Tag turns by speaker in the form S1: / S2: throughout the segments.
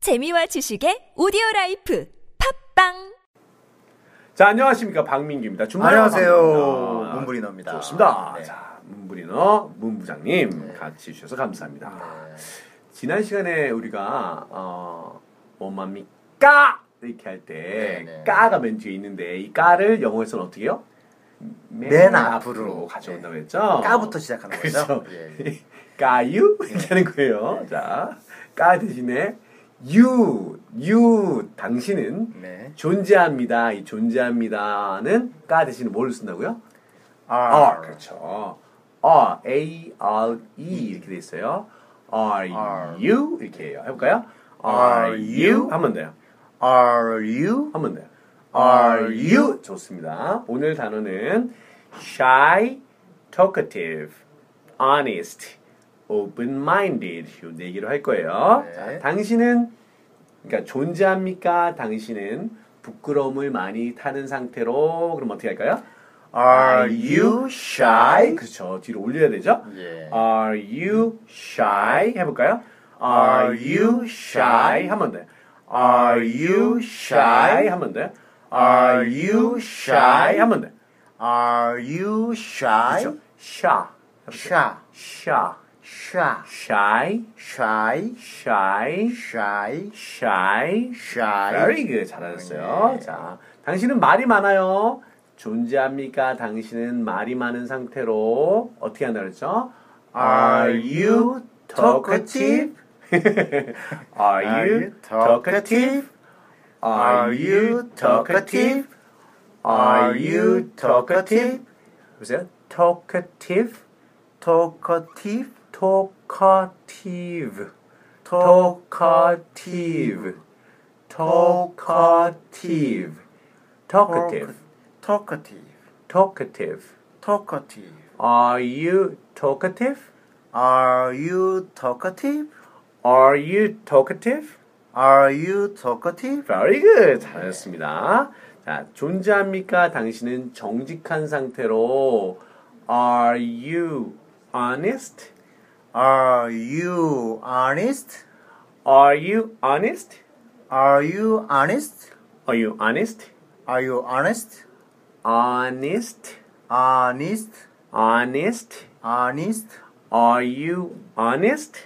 S1: 재미와 지식의 오디오 라이프 팝빵
S2: 자, 안녕하십니까. 박민규입니다. 주말
S3: 안녕하세요.
S2: 반갑습니다.
S3: 문부리너입니다.
S2: 좋습니다.
S3: 네.
S2: 자, 문부리너, 문부장님 같이 주셔서 감사합니다.
S3: 네.
S2: 지난 시간에 우리가, 어, 뭐합니까? 이렇게 할 때,
S3: 네, 네.
S2: 까가 맨 뒤에 있는데, 이 까를 영어에서는 어떻게 해요? 맨,
S3: 앞으로. 네.
S2: 가져온다고 했죠?
S3: 까부터 시작하는 거죠.
S2: 그렇죠.
S3: 예.
S2: 까유? 이렇게 하는 거예요.
S3: 네.
S2: 자, 까 대신에, you, you, 당신은
S3: 네.
S2: 존재합니다. 이 존재합니다는 까 대신에 뭘 쓴다고요?
S3: R.
S2: 그렇죠. R, A, R, E 이렇게 돼 있어요. Are
S3: 음. R.
S2: you? 이렇게 해요. 해볼까요?
S3: Are you?
S2: 한 번 더요.
S3: Are you?
S2: 한 번 더요.
S3: Are you?
S2: 좋습니다. 오늘 단어는 shy, talkative, honest, open-minded 요 네 개로 할 거예요. 자,
S3: 네.
S2: 당신은 그러니까 존재합니까? 당신은 부끄러움을 많이 타는 상태로 그럼 어떻게 할까요?
S3: Are you shy?
S2: 그렇죠. 뒤로 올려야 되죠.
S3: 예.
S2: Are you shy? 해볼까요?
S3: Are you shy?
S2: 한 번 네. 더요.
S3: Are you shy?
S2: 한 번 네. 더요.
S3: Are you shy?
S2: 한 번 더요.
S3: Are you shy?
S2: 그렇죠. Shy.
S3: Shy.
S2: Shy.
S3: Shy.
S2: Shy.
S3: Shy.
S2: Shy.
S3: Shy.
S2: Shy.
S3: Shy.
S2: Very good.
S3: 네.
S2: 잘하셨어요. 자, 당신은 말이 많아요. 존재합니까? 당신은 말이 많은 상태로 어떻게 한다 그랬죠?
S3: Are you talkative?
S2: Are you talkative?
S3: Are you talkative? Are you talkative?
S2: 보세요. talkative,
S3: Talkative.
S2: talkative, talkative, talkative, talkative,
S3: Talkative.
S2: talkative.
S3: Talkative.
S2: Are you talkative?
S3: Are you talkative?
S2: Are you talkative?
S3: Are you talkative?
S2: Very good. 잘하셨습니다. 자, 존재합니까? 당신은 정직한 상태로 Are you honest?
S3: Are you honest?
S2: Are you honest?
S3: Are you honest?
S2: Are you honest?
S3: Are you honest?
S2: Honest?
S3: Honest?
S2: Honest?
S3: Honest?
S2: Are you honest?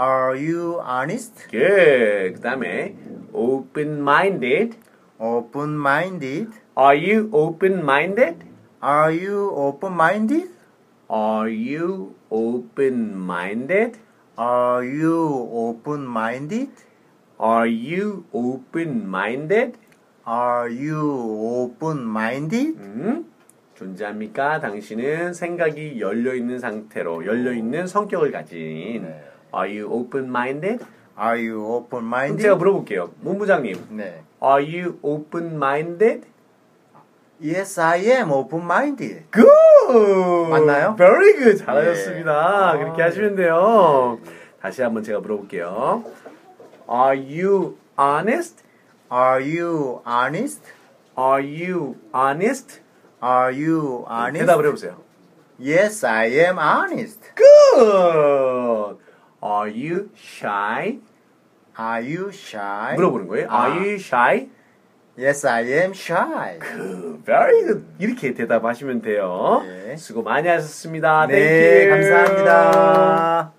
S3: Are you honest?
S2: Good. 그다음에 open-minded.
S3: Open minded?
S2: Are you open-minded?
S3: Are you open minded?
S2: Are you open-minded?
S3: Are you open minded?
S2: Are you open-minded?
S3: Are you open minded?
S2: 음? 존재합니까? 당신은 생각이 열려 있는 상태로 열려 있는 성격을 가진 Are you open-minded?
S3: Are you open
S2: 제가
S3: minded?
S2: 물어볼게요. 문부장님.
S3: 네.
S2: Are you open-minded?
S3: Yes, I am open minded.
S2: Good.
S3: 맞나요?
S2: Very good. 잘하셨습니다.
S3: 예.
S2: 그렇게
S3: 아,
S2: 하시면 돼요. 다시 한번 제가 물어볼게요. Are you honest?
S3: Are you honest?
S2: Are you honest?
S3: Are you honest?
S2: 대답을 해보세요.
S3: Yes, I am honest.
S2: Good. Are you shy?
S3: Are you shy?
S2: 물어보는 거예요.
S3: 아.
S2: Are you shy?
S3: Yes, I am shy.
S2: Good. Very good. 이렇게 대답하시면 돼요.
S3: 예.
S2: 수고 많이 하셨습니다.
S3: 네,
S2: Thank you.
S3: 감사합니다.